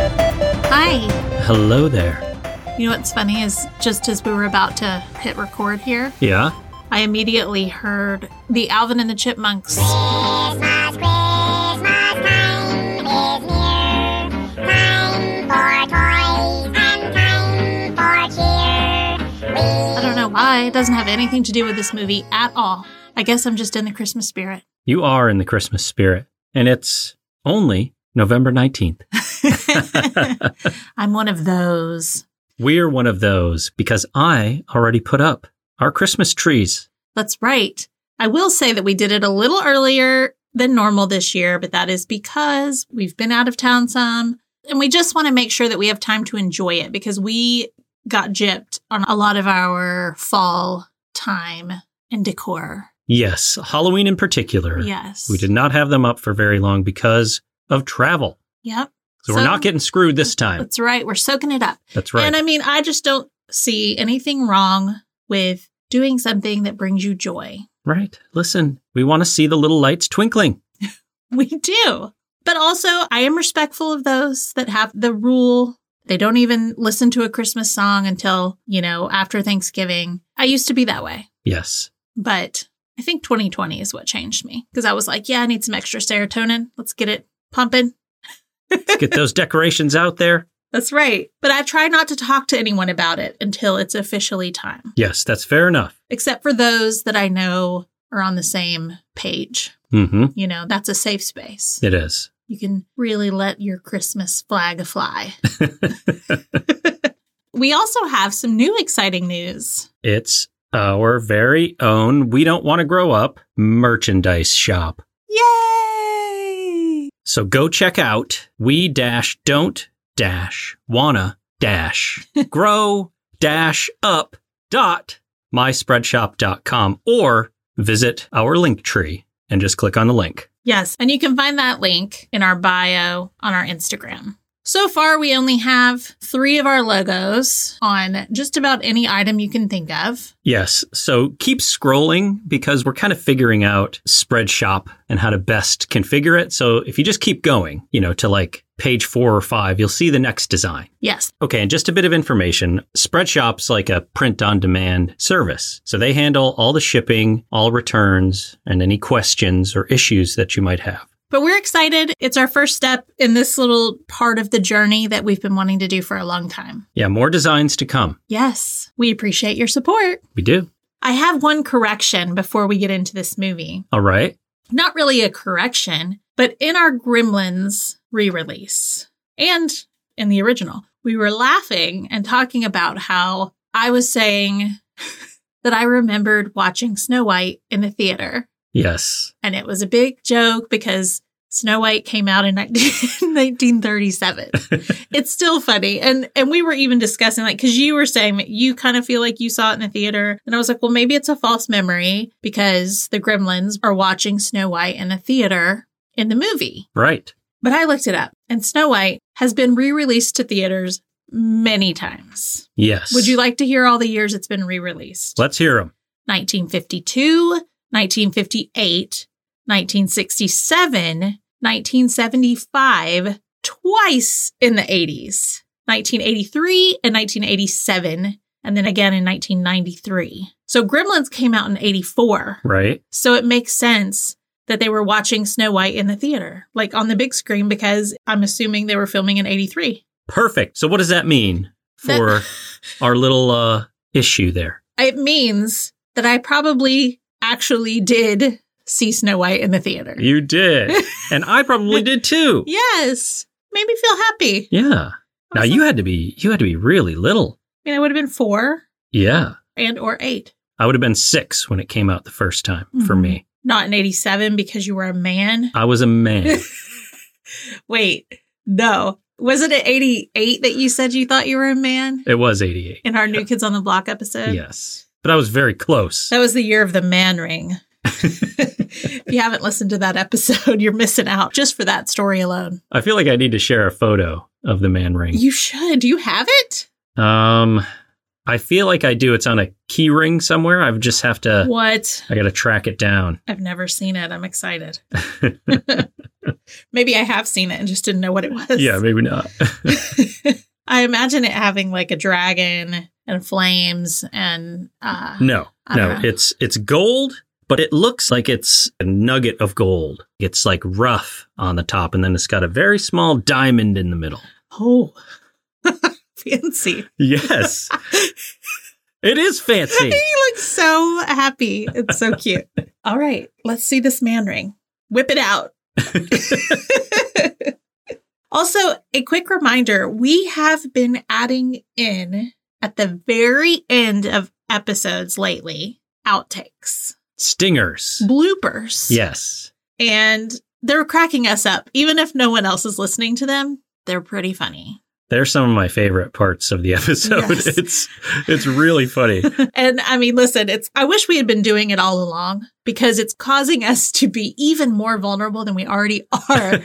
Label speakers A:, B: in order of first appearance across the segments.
A: Hi.
B: Hello there.
A: You know what's funny is just as we were about to hit record here,
B: Yeah?
A: I immediately heard the Alvin and the Chipmunks.
C: Christmas, Christmas time is near. Time for toys and time for cheer. We
A: I don't know why. It doesn't have anything to do with this movie at all. I guess I'm just in the Christmas spirit.
B: You are in the Christmas spirit, and it's only November 19th.
A: I'm one of those.
B: We're one of those because I already put up our Christmas trees.
A: That's right. I will say that we did it a little earlier than normal this year, but that is because we've been out of town some and we just want to make sure that we have time to enjoy it because we got gypped on a lot of our fall time and decor.
B: Yes, Halloween in particular.
A: Yes.
B: We did not have them up for very long because of travel.
A: Yep.
B: So, we're
A: So-
B: not getting screwed this time.
A: That's right. We're soaking it up.
B: That's right.
A: And I mean, I just don't see anything wrong with doing something that brings you joy.
B: right. Listen, we want to see the little lights twinkling.
A: We do. But also, I am respectful of those that have the rule. They don't even listen to a Christmas song until, you know, after Thanksgiving. I used to be that way,
B: Yes.
A: but I think 2020 is what changed me because I was like, yeah, I need some extra serotonin. Let's get it pumping.
B: Let's get those decorations out there.
A: That's right. But I try not to talk to anyone about it until it's officially time,
B: Yes, that's fair enough.
A: except for those that I know are on the same page.
B: Mm-hmm.
A: You know, that's a safe space.
B: It is.
A: You can really let your Christmas flag fly. we also have some new exciting news.
B: It's our very own We Don't Want to Grow Up merchandise shop.
A: Yay!
B: So go check out we dash don't dash wanna dash grow dash up dot myspreadshop.com or visit our link tree and just click on the link.
A: Yes, and you can find that link in our bio on our Instagram. So far, we only have three of our logos on just about any item you can think of.
B: Yes. So keep scrolling because we're kind of figuring out spread shop and how to best configure it. So if you just keep going, you know, to like page four or five, you'll see the next design.
A: Yes,
B: Okay, and just a bit of information. Spreadshop's like a print on demand service. So they handle all the shipping, all returns, and any questions or issues that you might have.
A: but we're excited. It's our first step in this little part of the journey that we've been wanting to do for a long time.
B: Yeah, more designs to come.
A: Yes, we appreciate your support.
B: We do.
A: I have one correction before we get into this movie.
B: All right.
A: Not really a correction, but in our Gremlins re release and in the original, we were laughing and talking about how I was saying that I remembered watching Snow White in the theater.
B: Yes.
A: And it was a big joke because Snow White came out in 19 1937. it's still funny. And and we were even discussing like cuz you were saying that you kind of feel like you saw it in the theater. And I was like, "Well, maybe it's a false memory because the gremlins are watching Snow White in the theater in the movie."
B: Right.
A: But I looked it up, and Snow White has been re-released to theaters many times.
B: Yes.
A: Would you like to hear all the years it's been re-released?
B: Let's hear them.
A: 1952, 1958, 1967, 1975, twice in the 80s, 1983 and 1987, and then again in 1993. So Gremlins came out in 84.
B: Right.
A: So it makes sense that they were watching Snow White in the theater, like on the big screen, because I'm assuming they were filming in 83.
B: Perfect. So what does that mean for our little uh issue there?
A: It means that I probably actually did see Snow White in the theater.
B: You did. and I probably did too.
A: Yes. Made me feel happy.
B: Yeah. Now you had to be you had to be really little.
A: I mean, I would have been four
B: Yeah.
A: and or eight,
B: I would have been six when it came out the first time for
A: Mhm.
B: me.
A: not in 87 because you were a man.
B: I was a man.
A: Wait, no. Was it at 88 that you said you thought you were a man
B: it was 88.
A: in our New Kids on the Block episode?
B: Yes. But I was very close.
A: That was the year of the man ring. if you haven't listened to that episode, you're missing out just for that story alone.
B: I feel like I need to share a photo of the Man Ring.
A: You should. Do you have it?
B: Um, I feel like I do. It's on a key ring somewhere. I just have to.
A: What?
B: I got to track it down.
A: I've never seen it. I'm excited. Maybe I have seen it and just didn't know what it was.
B: yeah, maybe not.
A: I imagine it having like a dragon and flames and uh
B: No,
A: I don't
B: no.
A: know.
B: It's it's gold, but it looks like it's a nugget of gold. It's like rough on the top, and then it's got a very small diamond in the middle.
A: oh fancy.
B: Yes, it is fancy.
A: He looks so happy. It's so cute. All right, let's see this man ring. Whip it out. also, a quick reminder we have been adding in at the very end of episodes lately outtakes,
B: Stingers.
A: bloopers.
B: Yes.
A: And they're cracking us up. Even if no one else is listening to them, they're pretty funny.
B: They're some of my favorite parts of the episode.
A: Yes.
B: It's it's really funny.
A: And I mean, listen, it's I wish we had been doing it all along because it's causing us to be even more vulnerable than we already are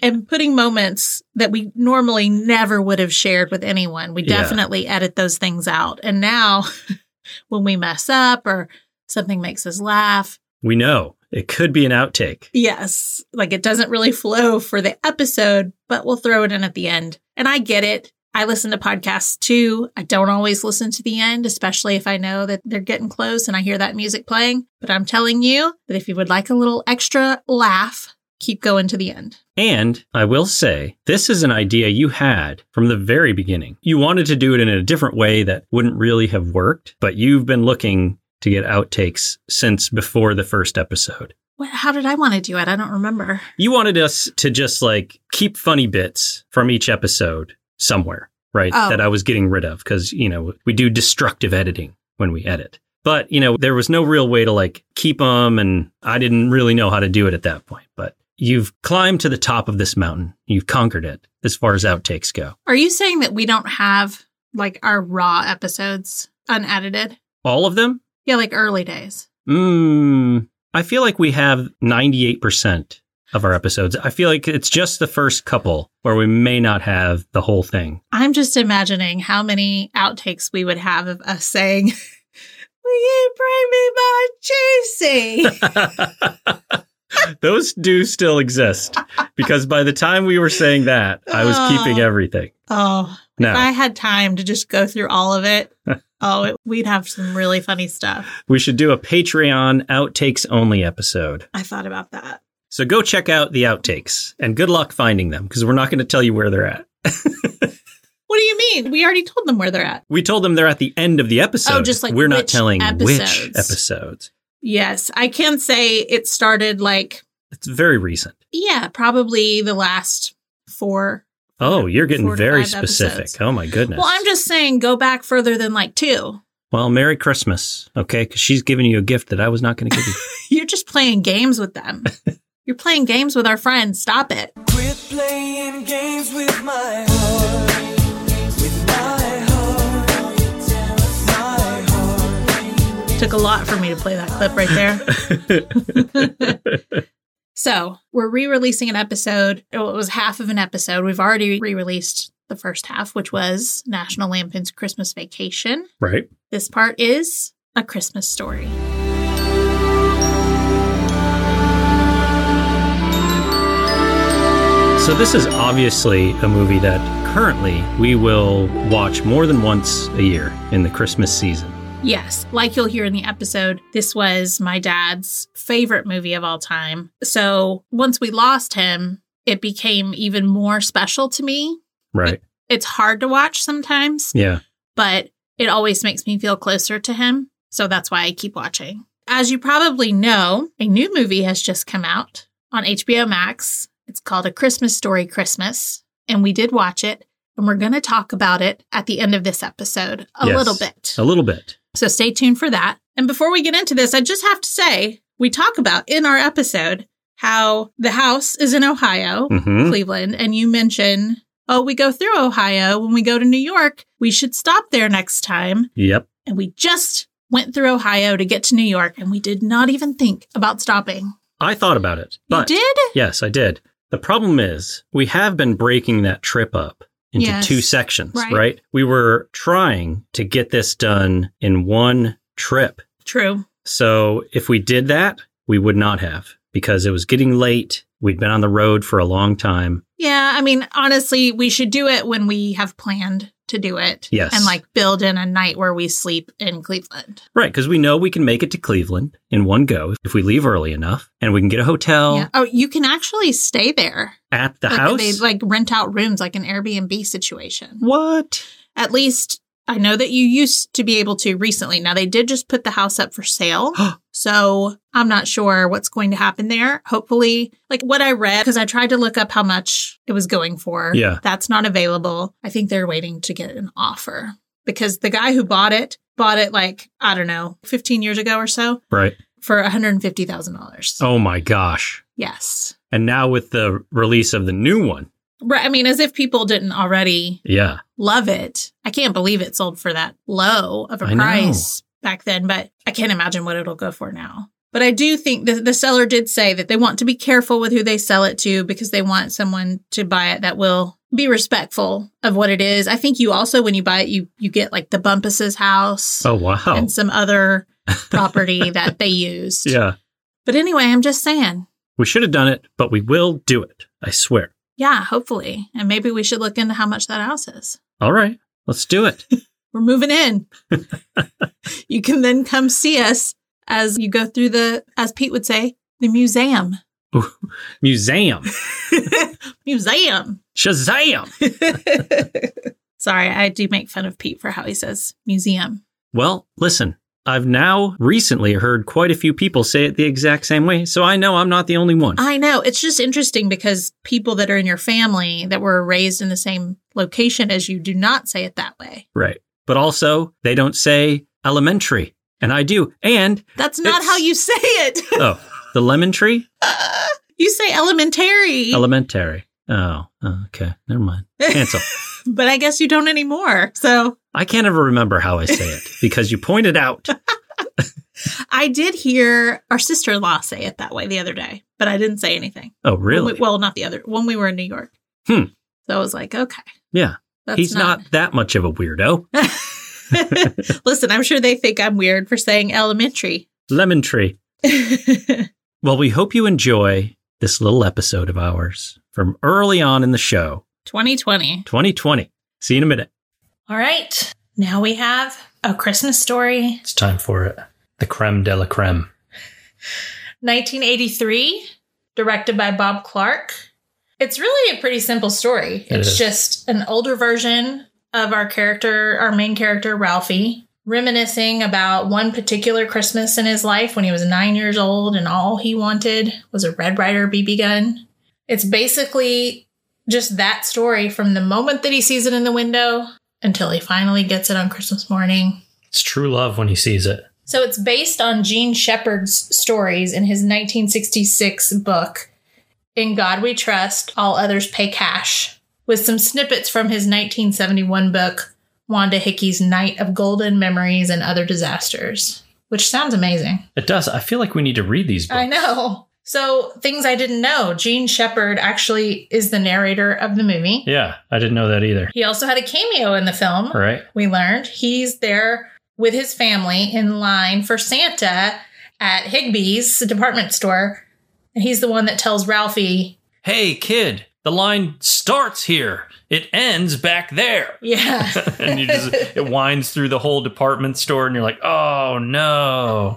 A: and putting moments that we normally never would have shared with anyone. We
B: Yeah.
A: definitely edit those things out. And now when we mess up or something makes us laugh,
B: we know it could be an outtake.
A: yes, like it doesn't really flow for the episode, but we'll throw it in at the end. And I get it. I listen to podcasts too. I don't always listen to the end, especially if I know that they're getting close and I hear that music playing. But I'm telling you that if you would like a little extra laugh, keep going to the end.
B: And I will say, this is an idea you had from the very beginning. You wanted to do it in a different way that wouldn't really have worked, but you've been looking to get outtakes since before the first episode.
A: What, how did I want to do it? I don't remember.
B: You wanted us to just like keep funny bits from each episode somewhere, right?
A: Oh.
B: That I was getting rid of because, you know, we do destructive editing when we edit. But, you know, there was no real way to like keep them. And I didn't really know how to do it at that point. But you've climbed to the top of this mountain, you've conquered it as far as outtakes go.
A: Are you saying that we don't have like our raw episodes unedited?
B: All of them?
A: Yeah, like early days.
B: Mm, I feel like we have 98% of our episodes. I feel like it's just the first couple where we may not have the whole thing.
A: I'm just imagining how many outtakes we would have of us saying, Will you bring me my juicy?
B: Those do still exist because by the time we were saying that, I was keeping
A: Oh.
B: everything.
A: oh, if
B: No,
A: I had time to just go through all of it, oh, it, we'd have some really funny stuff.
B: we should do a Patreon outtakes only episode.
A: I thought about that.
B: So go check out the outtakes and good luck finding them because we're not going to tell you where they're at.
A: What do you mean? We already told them where they're at.
B: We told them they're at the end of the episode.
A: Oh, just like
B: we're not
A: which
B: telling which
A: episodes.
B: episodes.
A: Yes, I can say it started like,
B: It's very recent.
A: yeah, probably the last four.
B: Oh, you're getting
A: Four to
B: very
A: five
B: specific.
A: episodes.
B: Oh my goodness.
A: Well, I'm just saying go back further than like two.
B: Well, Merry Christmas, okay? Because she's giving you a gift that I was not going to give you.
A: You're just playing games with them. You're playing games with our friends. Stop it.
D: Quit playing games with my heart. With my heart. My heart.
A: Took a lot for me to play that clip right there. so, we're re releasing an episode. Well, it was half of an episode. We've already re released the first half, which was National Lampoon's Christmas Vacation.
B: right?
A: This part is A Christmas Story.
B: So this is obviously a movie that currently we will watch more than once a year in the Christmas season.
A: Yes, like you'll hear in the episode, this was my dad's favorite movie of all time. So, once we lost him, it became even more special to me.
B: Right.
A: It's hard to watch sometimes.
B: Yeah.
A: but it always makes me feel closer to him. So that's why I keep watching. As you probably know, a new movie has just come out on HBO Max. It's called A Christmas Story Christmas, and we did watch it. And we're going to talk about it at the end of this episode a
B: Yes.
A: little bit.
B: A little bit.
A: So stay tuned for that. And before we get into this, I just have to say we talk about in our episode how the house is in Ohio.
B: hmm
A: Cleveland, and you mention, oh, we go through Ohio when we go to New York. We should stop there next time.
B: Yep.
A: And we just went through Ohio to get to New York, and we did not even think about stopping.
B: I thought about it. But
A: you did?
B: yes, I did. The problem is we have been breaking that trip up into
A: Yes.
B: two sections,
A: Right.
B: right? We were trying to get this done in one trip.
A: True.
B: So if we did that, we would not have because it was getting late. We'd been on the road for a long time.
A: Yeah, I mean, honestly, we should do it when we have planned to do it.
B: Yes.
A: And like build in a night where we sleep in Cleveland.
B: Right, because we know we can make it to Cleveland in one go if we leave early enough, and we can get a hotel
A: Yeah. Oh, you can actually stay there.
B: at the
A: Like,
B: house.
A: They like rent out rooms like an Airbnb situation.
B: what?
A: At least I know that you used to be able to recently. Now they did just put the house up for sale. so I'm not sure what's going to happen there. Hopefully, like what I read, because I tried to look up how much it was going for.
B: Yeah.
A: That's not available. I think they're waiting to get an offer because the guy who bought it bought it like, I don't know, 15 years ago or so
B: Right.
A: for $150,000.
B: Oh my gosh.
A: Yes.
B: And now with the release of the new one.
A: Right. I mean, as if people didn't already
B: Yeah.
A: love it. I can't believe it sold for that low of a
B: I know.
A: price back then, but I can't imagine what it'll go for now. But I do think the, the seller did say that they want to be careful with who they sell it to because they want someone to buy it that will be respectful of what it is. I think you also, when you buy it, you you get like the Bumpus's house
B: Oh wow.
A: and some other property that they used.
B: Yeah.
A: But anyway, I'm just saying,
B: We should have done it, but we will do it. I swear.
A: yeah, hopefully, and maybe we should look into how much that house is.
B: All right. Let's do it.
A: we're moving in. you can then come see us as you go through the, as Pete would say, the museum.
B: Museum.
A: museum.
B: Shazam.
A: Sorry, I do make fun of Pete for how he says museum.
B: Well, listen. I've now recently heard quite a few people say it the exact same way, so I know I'm not the only one.
A: I know. It's just interesting because people that are in your family that were raised in the same location as you do not say it that way.
B: Right. But also, they don't say elementary, and I do. And
A: That's not
B: It's-
A: how you say it.
B: oh, the lemon tree,
A: you say elementary,
B: elementary. Oh, okay. Never mind. Cancel.
A: but I guess you don't anymore. So
B: I can't ever remember how I say it because you pointed out. Oh,
A: I did hear our sister in law say it that way the other day, but I didn't say anything.
B: Oh,
A: When
B: really?
A: we- well, not the other when we were in New York.
B: Hmm.
A: So I was like, okay,
B: yeah.
A: that's
B: He's not... that much of a weirdo.
A: Listen, I'm sure they think I'm weird for saying elementary.
B: Lemon tree. Well, we hope you enjoy this little episode of ours from early on in the show,
A: 2020.
B: 2020. See you in a minute.
A: All right. Now we have a Christmas story,
B: It's time for it. The creme de la creme.
A: 1983, directed by Bob Clark. It's really a pretty simple story.
B: It
A: it's
B: is.
A: just an older version of our character, our main character, Ralphie, reminiscing about one particular Christmas in his life when he was nine years old and all he wanted was a Red Ryder BB gun. It's basically just that story from the moment that he sees it in the window until he finally gets it on Christmas morning.
B: It's true love when he sees it.
A: So it's based on Gene Shepard's stories in his 1966 book, In God We Trust, All Others Pay Cash, with some snippets from his 1971 book, Wanda Hickey's Night of Golden Memories and Other Disasters, which sounds amazing.
B: It does. I feel like we need to read these
A: I know. So, things I didn't know Gene Shepard actually is the narrator of the movie.
B: Yeah, I didn't know that either.
A: He also had a cameo in the film
B: All right.
A: we learned he's there with his family in line for Santa at Higbee's department store. And he's the one that tells Ralphie,
B: Hey, kid, the line starts here. It ends back there.
A: yeah.
B: and you just it winds through the whole department store and you're like, "Oh no."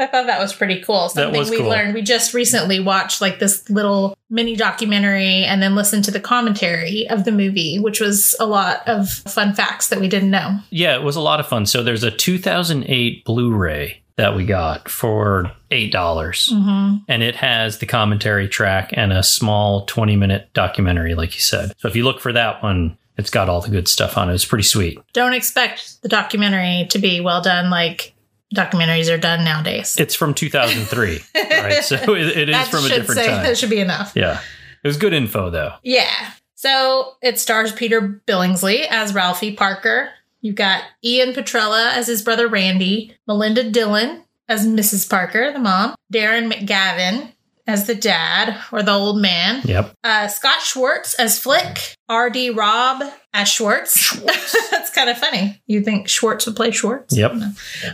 A: I thought that was pretty cool. Something
B: was
A: we
B: cool.
A: learned. We just recently watched like this little mini documentary and then listened to the commentary of the movie, which was a lot of fun facts that we didn't know.
E: Yeah, it was a lot of fun. So there's a 2008 Blu-ray that we got for eight dollars,
A: Mm-hmm.
E: and it has the commentary track and a small 20-minute documentary, like you said. So if you look for that one, it's got all the good stuff on it. It's pretty sweet.
A: Don't expect the documentary to be well done like documentaries are done nowadays.
E: It's from 2003, right? So it, it is
A: That
E: from a
A: should
E: different
A: say-
E: time.
A: That should be enough.
E: Yeah, it was good info though.
A: Yeah. So it stars Peter Billingsley as Ralphie Parker. You've got Ian Petrella as his brother Randy, Melinda Dillon as Mrs. Parker, the mom, Darren McGavin as the dad or the old man.
B: Yep.
A: Uh, Scott Schwartz as Flick. R.D. Rob as Schwartz. That's kind of funny. You think Schwartz would play Schwartz?
B: Yep.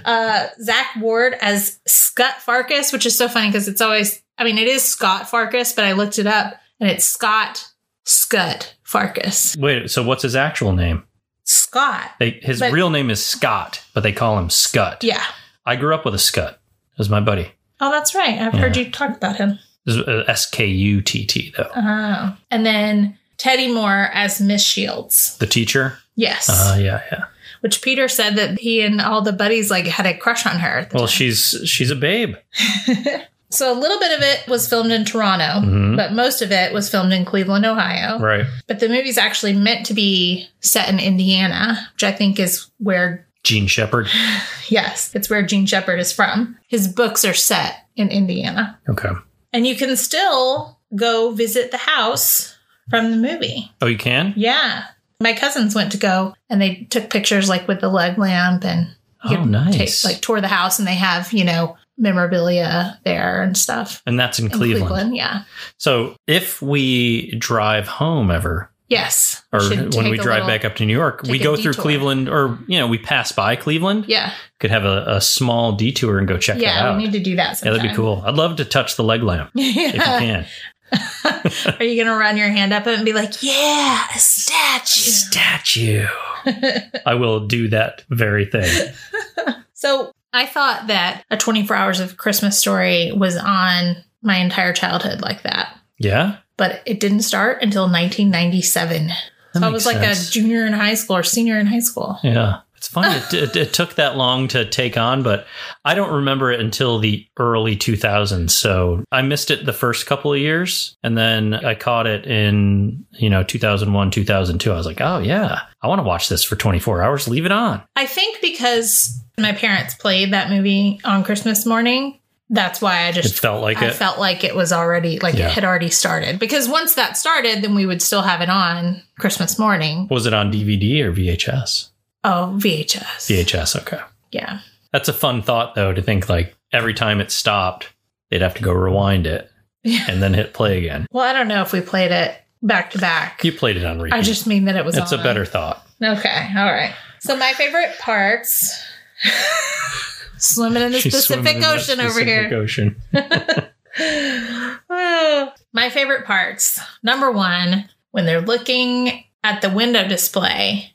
A: Uh, Zach Ward as Scott Farkas, which is so funny because it's always, I mean, it is Scott Farkas, but I looked it up and it's Scott Scud Farkas.
B: Wait, so what's his actual name?
A: Scott.
B: They, his
A: But-
B: real name is Scott, but they call him Scut.
A: Yeah.
B: I grew up with a Scut. It was my buddy.
A: Oh, that's right. I've heard you talk about him.
B: This is S K U T T though.
A: Oh. And then Teddy Moore as Miss Shields.
B: The teacher.
A: Yes.
B: Uh, yeah, yeah.
A: Which Peter said that he and all the buddies like had a crush on her. at the
B: Well,
A: time.
B: she's she's a babe.
A: so a little bit of it was filmed in Toronto,
B: Mhm.
A: but most of it was filmed in Cleveland, Ohio.
B: Right.
A: But the movie's actually meant to be set in Indiana, which I think is where,
B: Gene Shepard.
A: yes, it's where Gene Shepard is from. His books are set in Indiana.
B: Okay.
A: And you can still go visit the house from the movie.
B: Oh, you can.
A: Yeah. My cousins went to go and they took pictures like with the leg lamp and
B: Oh,
A: could
B: nice.
A: like tour the house and they have, you know, memorabilia there and stuff.
B: And that's in,
A: In
B: Cleveland.
A: Yeah.
B: So if we drive home ever,
A: Yes.
B: or
A: Should
B: when we
A: take a
B: drive
A: little-
B: back up to New York, we
A: take a
B: go through
A: detour.
B: Cleveland, or you know, we pass by Cleveland.
A: Yeah.
B: Could have a, a small detour and go check that
A: Yeah.
B: out.
A: We need to do that
B: yeah,
A: sometime.
B: that'd be cool. I'd love to touch the leg lamp if you
A: yeah.
B: can.
A: Are you going to run your hand up it and be like, yeah, a statue?
B: Statue. I will do that very thing.
A: So I thought that a 24 hours of Christmas story was on my entire childhood like that.
B: Yeah.
A: But it didn't start until 1997.
B: That
A: so I
B: makes
A: was like a
B: sense.
A: junior in high school or senior in high school.
B: Yeah. It's funny. It, it, it took that long to take on, but I don't remember it until the early 2000s. So I missed it the first couple of years. And then I caught it in, you know, 2001, 2002. I was like, oh, yeah, I want to watch this for 24 hours. Leave it on.
A: I think because my parents played that movie on Christmas morning, that's why I
B: It
A: just
B: felt like
A: I
B: it.
A: felt like it was already like
B: Yeah.
A: it had already started. Because once that started, then we would still have it on Christmas morning.
B: was it on DVD or VHS?
A: Oh, VHS.
B: VHS. Okay.
A: Yeah.
B: That's a fun thought, though, to think like every time it stopped, they'd have to go rewind it
A: Yeah.
B: and then hit play again.
A: Well, I don't know if we played it back to back.
B: You played it on repeat.
A: I just mean that it was
B: That's a
A: on.
B: better thought.
A: Okay. All right. So my favorite parts swimming in the
B: She's swimming
A: Pacific
B: in that
A: Ocean over here.
B: Pacific Ocean.
A: Oh, My favorite parts. Number one, when they're looking at the window display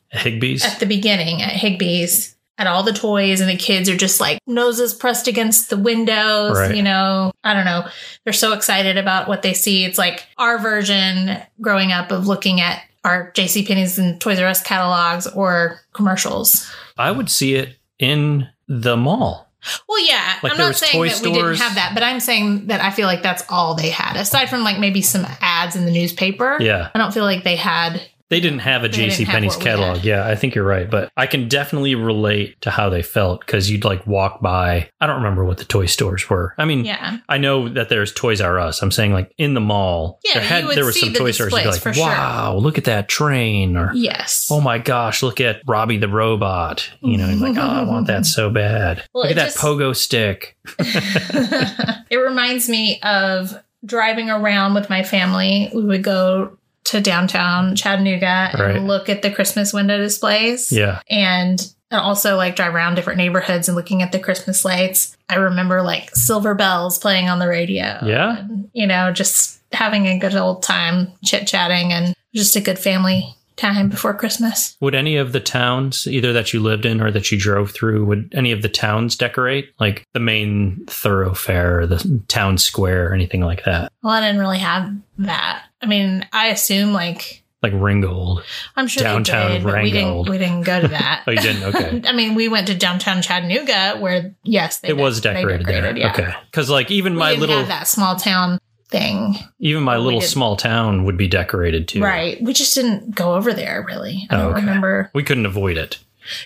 B: Higbee's.
A: at the beginning at Higbee's at all the toys, and the kids are just like noses pressed against the windows.
B: Right.
A: You know, I don't know. They're so excited about what they see. It's like our version growing up of looking at our JCPenney's and Toys R Us catalogs or commercials.
B: I would see it in the mall.
A: Well, yeah,
B: Like
A: I'm
B: there
A: not
B: was
A: saying
B: toy
A: that we didn't
B: stores.
A: have that, but I'm saying that I feel like that's all they had, aside from like maybe some ads in the newspaper.
B: Yeah.
A: I don't feel like they had.
B: They didn't have a
A: They didn't
B: JC
A: have
B: Penney's
A: what we
B: catalog.
A: had.
B: Yeah, I think you're right, but I can definitely relate to how they felt cuz you'd like walk by. I don't remember what the toy stores were. I mean,
A: Yeah.
B: I know that there's Toys R Us. I'm saying like in the mall.
A: Yeah,
B: there had
A: you would
B: there was
A: see
B: some
A: the
B: toy stores you'd be
A: displays
B: like,
A: for sure.
B: "Wow, look at that train." Or
A: Yes.
B: Oh my gosh, look at Robbie the robot. You know, you're like, oh, I want that so bad.
A: Well,
B: look at
A: it
B: that
A: just-
B: pogo stick.
A: it reminds me of driving around with my family. We would go to downtown Chattanooga and
B: Right.
A: look at the Christmas window displays.
B: Yeah.
A: And and also like drive around different neighborhoods and looking at the Christmas lights. I remember like Silver Bells playing on the radio.
B: Yeah.
A: And, you know, just having a good old time chit chatting and just a good family time before Christmas.
B: Would any of the towns, either that you lived in or that you drove through, would any of the towns decorate like the main thoroughfare, or the town square, or anything like that?
A: Well, I didn't really have that. I mean, I assume like
B: Like Ringold.
A: I'm sure
B: Downtown
A: they did, but we
B: Rangold.
A: didn't. We didn't go to that.
B: Oh, you didn't? Okay.
A: I mean, we went to downtown Chattanooga, where yes, they
B: it was
A: dec- they
B: decorated, there.
A: yeah.
B: Okay. Because like even
A: we
B: my
A: didn't
B: little,
A: have that small town thing,
B: even my
A: we
B: little
A: didn't.
B: small town would be decorated too.
A: right? We just didn't go over there really. I
B: Oh,
A: don't
B: okay.
A: remember.
B: We couldn't avoid it.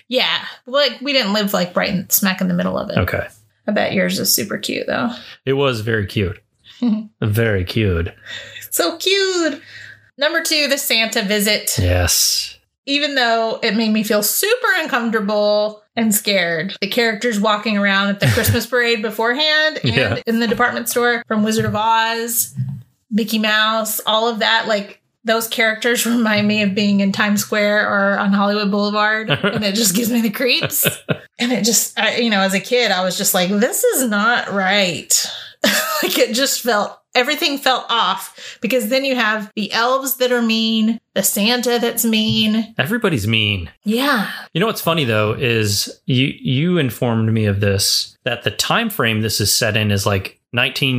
A: Yeah, like we didn't live like right in, smack in the middle of it.
B: Okay.
A: I bet yours is super cute though.
B: It was very cute. very cute.
A: So cute. Number two, the Santa visit.
B: Yes.
A: Even though it made me feel super uncomfortable, and scared. The characters walking around at the Christmas parade beforehand and
B: Yeah.
A: in the department store from Wizard of Oz, Mickey Mouse, all of that. Like those characters remind me of being in Times Square or on Hollywood Boulevard. and it just gives me the creeps. And it just, I, you know, as a kid, I was just like, this is not right. like it just felt everything felt off because then you have the elves that are mean, the Santa that's mean.
B: Everybody's mean.
A: Yeah.
B: You know what's funny though is you you informed me of this that the time frame this is set in is like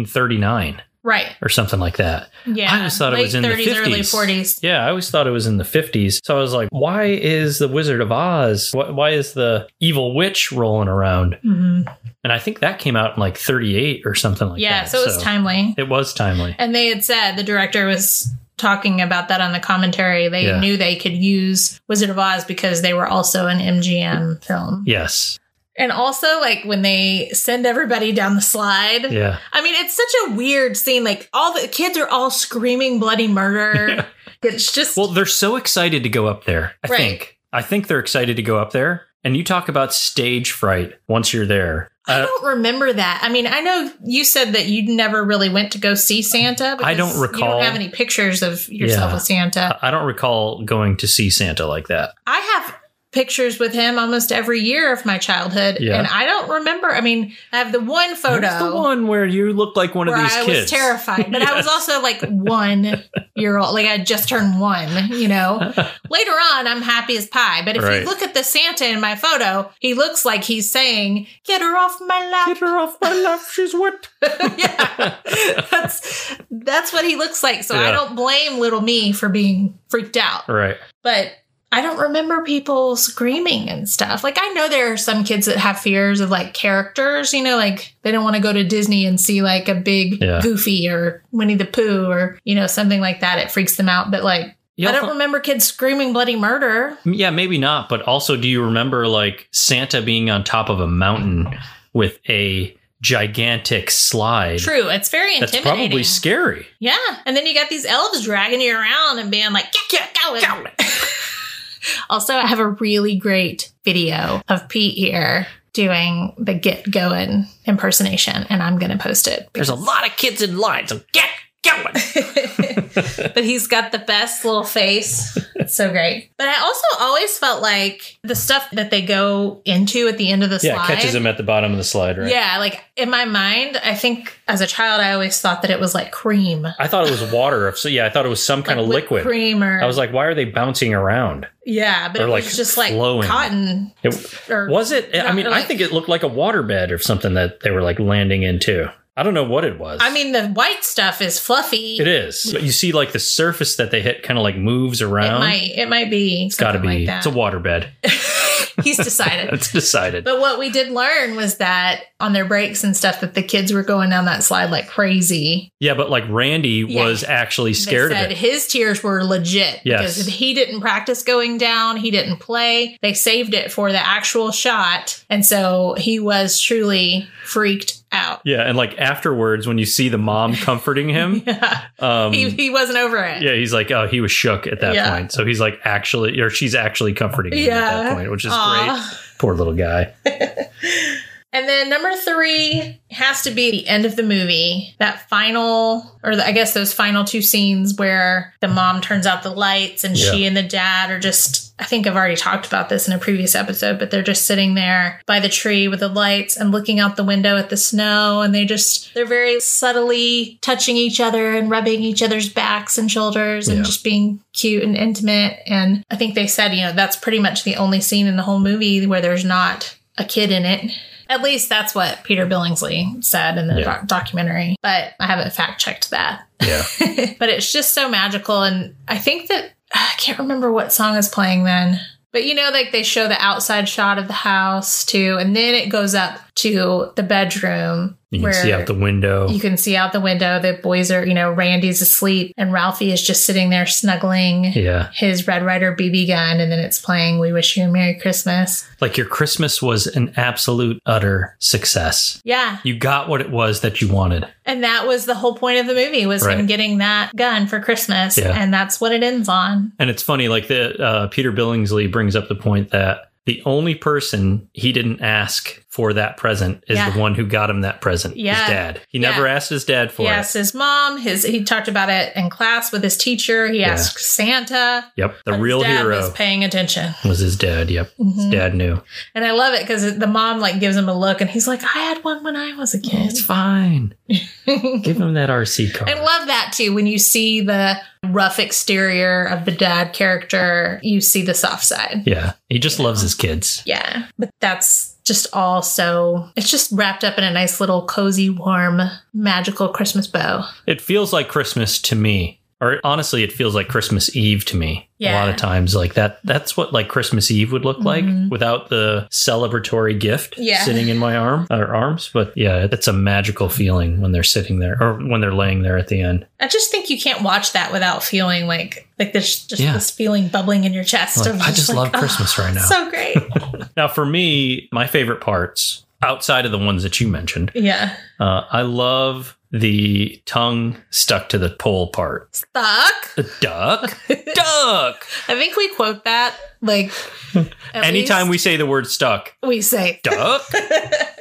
B: 1939
A: Right.
B: or something like that.
A: Yeah.
B: I always thought it
A: Late
B: was in the
A: 30s, early
B: 50s.
A: 40s.
B: Yeah, I always thought it was in the 50s. So I was like, why is the Wizard of Oz? Why, why is the evil witch rolling around?
A: Mhm.
B: And I think that came out in like 38 or something Mm-hmm. like
A: yeah.
B: that.
A: so it was timely.
B: It was timely.
A: And they had said the director was talking about that on the commentary. They
B: Yeah.
A: knew they could use Wizard of Oz because they were also an MGM film.
B: Yes.
A: And also, like when they send everybody down the slide.
B: Yeah.
A: I mean, it's such a weird scene. Like all the kids are all screaming bloody murder. It's just
B: Well, they're so excited to go up there. I
A: Right.
B: think. I think they're excited to go up there. And you talk about stage fright once you're there.
A: I
B: Uh,
A: don't remember that. I mean, I know you said that you never really went to go see Santa.
B: I don't
A: because You
B: recall.
A: don't have any pictures of yourself
B: Yeah. Uh,
A: with Santa.
B: I don't recall going to see Santa like that.
A: I have pictures with him almost every year of my childhood,
B: Yeah.
A: and I don't remember. I mean, I have the one photo.
B: There's the one where you look like one of
A: Oh, where
B: these
A: I
B: kids.
A: was terrified, but I was
B: Yes.
A: also like one year old. Like I just turned one, you know. Later on, I'm happy as pie. But if
B: Right.
A: you look at the Santa in my photo, he looks like he's saying, "Get her off my
B: Get
A: lap."
B: her off my lap. She's wet.
A: yeah, that's that's what he looks like. So I
B: Yeah.
A: don't blame little me for being freaked out,
B: Right.
A: but. I don't remember people screaming and stuff. Like I know there are some kids that have fears of like characters, you know, like they don't want to go to Disney and see like a big
B: Yeah.
A: Goofy or Winnie the Pooh or you know something like that. It freaks them out. But like
B: Yeah,
A: I don't
B: fu-
A: remember kids screaming bloody murder.
B: Yeah, maybe not. But also, do you remember like Santa being on top of a mountain with a gigantic slide?
A: True, it's very
B: That's
A: intimidating.
B: probably scary.
A: Yeah, and then you got these elves dragging you around and being like, "Get, get going." also, I have a really great video of Pete here doing the "Get Going" impersonation, and I'm going to post it.
B: There's a lot of kids in line, so get going.
A: but he's got the best little face. It's so great. But I also always felt like the stuff that they go into at the end of the
B: Yeah,
A: slide.
B: catches him at the bottom of the slide, right?
A: Yeah, like in my mind, I think as a child, I always thought that it was like cream,
B: I thought it was water. So yeah, I thought it was some kind
A: like
B: of
A: whipped
B: liquid.
A: cream, or
B: I was like, why are they bouncing around?
A: yeah, but it
B: or,
A: was
B: like,
A: just like
B: flowing.
A: cotton.
B: It,
A: Or
B: was it? I mean,
A: or
B: I
A: like-
B: think it looked like a waterbed or something that they were like landing into. I don't know what it was.
A: I mean, the white stuff is fluffy.
B: it is. But you see, like the surface that they hit kind of like moves around.
A: It might. It might be.
B: it's got to be.
A: Like
B: it's
A: that.
B: a waterbed.
A: He's decided.
B: It's decided.
A: But what we did learn was that on their breaks and stuff, that the kids were going down that slide like crazy.
B: Yeah, but like Randy
A: Yeah.
B: was actually scared
A: they
B: of
A: said
B: it.
A: his tears were legit
B: Yes.
A: because if he didn't practice going down, he didn't play. They saved it for the actual shot, and so he was truly freaked out.
B: Yeah, and like afterwards, when you see the mom comforting him, um,
A: he, he wasn't over it.
B: yeah, he's like, oh, he was shook at that
A: Yeah.
B: point. So he's like, actually, or she's actually comforting him at
A: Yeah.
B: that point, which is great.
A: Aw.
B: Poor little guy.
A: And then number three has to be the end of the movie. That final, or the, I guess those final two scenes where the mom turns out the lights and she
B: Yeah.
A: and the dad are just, I think I've already talked about this in a previous episode, but they're just sitting there by the tree with the lights and looking out the window at the snow. And they just, they're very subtly touching each other and rubbing each other's backs and shoulders and
B: Yeah.
A: just being cute and intimate. And I think they said, you know, that's pretty much the only scene in the whole movie where there's not a kid in it. At least that's what Peter Billingsley said in the
B: Yeah.
A: doc- documentary, but I haven't fact checked that.
B: Yeah.
A: but it's just so magical. And I think that I can't remember what song is playing then. But you know, like they show the outside shot of the house too, and then it goes up to the bedroom
B: You can see out the window.
A: you can see out the window. The boys are, you know, Randy's asleep, and Ralphie is just sitting there snuggling
B: yeah.
A: his Red Ryder BB gun, and then it's playing "We Wish You a Merry Christmas."
B: Like your Christmas was an absolute, utter success.
A: Yeah,
B: You got what it was that you wanted.
A: And that was the whole point of the movie was him
B: Right.
A: getting that gun for Christmas,
B: Yeah.
A: and that's what it ends on.
B: And it's funny, like the uh, Peter Billingsley brings up the point that the only person he didn't ask for that present is
A: Yeah.
B: the one who got him that present.
A: Yeah.
B: His dad. He
A: Yeah.
B: never asked his dad for
A: He asked
B: it.
A: his mom. His he talked about it in class with his teacher. He
B: Yeah.
A: asked Santa.
B: Yep. The
A: but his
B: real
A: dad
B: hero
A: was paying attention,
B: was his dad. Yep. His
A: Mhm.
B: dad knew.
A: and I love it because the mom like gives him a look, and he's like, "I had one when I was a kid."
B: It's fine.
A: I
B: Give him that RC card.
A: love that too. When you see the rough exterior of the dad character, you see the soft side.
B: yeah. He just loves his kids.
A: Yeah, but that's just all so. It's just wrapped up in a nice little cozy, warm, magical Christmas bow.
B: It feels like Christmas to me. Or honestly, it feels like Christmas Eve to me. A
A: Yeah.
B: lot of times like that that's what like Christmas Eve would look like
A: Mhm.
B: without the celebratory gift
A: Yeah.
B: sitting in my arm or arms. But yeah, it's a magical feeling when they're sitting there or when they're laying there at the end.
A: I just think you can't watch that without feeling like like there's just
B: Yeah.
A: this feeling bubbling in your chest.
B: Like,
A: of
B: I just love
A: like, "Oh,
B: Christmas right now.
A: So great.
B: now for me, my favorite parts, outside of the ones that you mentioned,
A: yeah.
B: uh, I love the tongue stuck to the pole part.
A: Stuck.
B: The duck. duck.
A: I think we quote that like at
B: Anytime
A: least
B: we say the word stuck,
A: we say
B: duck,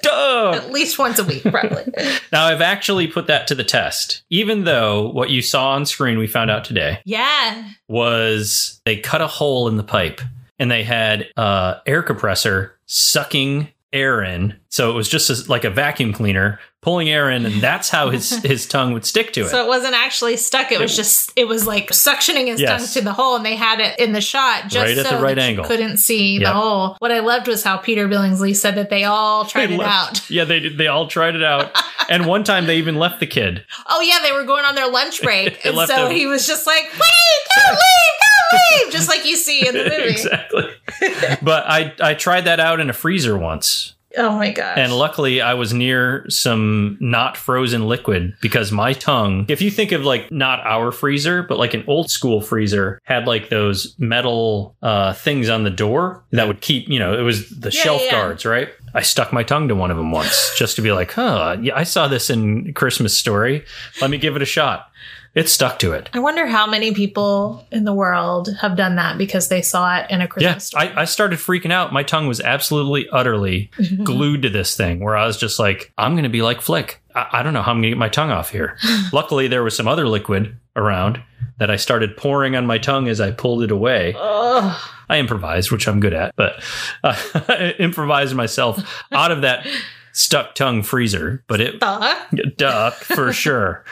B: duck.
A: at least once a week, probably.
B: Now, I've actually put that to the test. Even though what you saw on screen, we found out today,
A: yeah.
B: was they cut a hole in the pipe and they had uh, air compressor sucking air in. So it was just as, like a vacuum cleaner pulling air in, and that's how his, his tongue would stick to it.
A: So it wasn't actually stuck. It was just it was like suctioning his
B: Yes.
A: tongue to the hole, and they had it in the shot just
B: Right at
A: so
B: the right
A: that you
B: angle.
A: couldn't see
B: Yep.
A: the hole. What I loved was how Peter Billingsley said that they all tried
B: They
A: it
B: left-
A: out.
B: Yeah, they did. They all tried it out, and one time they even left the kid.
A: Oh yeah, they were going on their lunch break,
B: They
A: and
B: left
A: so
B: him.
A: he was just like, "Wait, don't leave, don't leave," just like you see in the movie.
B: exactly. but I I tried that out in a freezer once.
A: Oh my gosh!
B: And luckily, I was near some not frozen liquid because my tongue, if you think of like not our freezer, but like an old school freezer, had like those metal uh, things on the door that would keep, you know, it was the
A: Yeah,
B: shelf
A: yeah, yeah.
B: guards, right? I stuck my tongue to one of them once just to be like, huh, yeah, I saw this in Christmas Story. Let me give it a shot. It stuck to it.
A: I wonder how many people in the world have done that because they saw it in a
B: Yeah,
A: Christmas story.
B: I, I started freaking out. My tongue was absolutely, utterly
A: Mm-hmm.
B: glued to this thing where I was just like, I'm going to be like Flick. I, I don't know how I'm going to get my tongue off here. Luckily, there was some other liquid around that I started pouring on my tongue as I pulled it away.
A: Ugh.
B: I improvised, which I'm good at, but uh, I improvised myself out of that stuck tongue freezer. But it
A: Fuck.
B: duck for sure.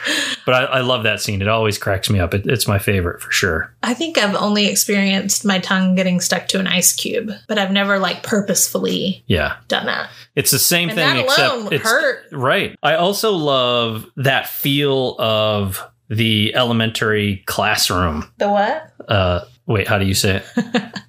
B: But I, I love that scene. It always cracks me up. It, it's my favorite for sure.
A: I think I've only experienced my tongue getting stuck to an ice cube, but I've never like purposefully
B: Yeah.
A: done that.
B: It's the same
A: And
B: thing,
A: that alone
B: except it's
A: hurt.
B: right. I also love that feel of the elementary classroom.
A: The what?
B: Uh, wait, how do you say it?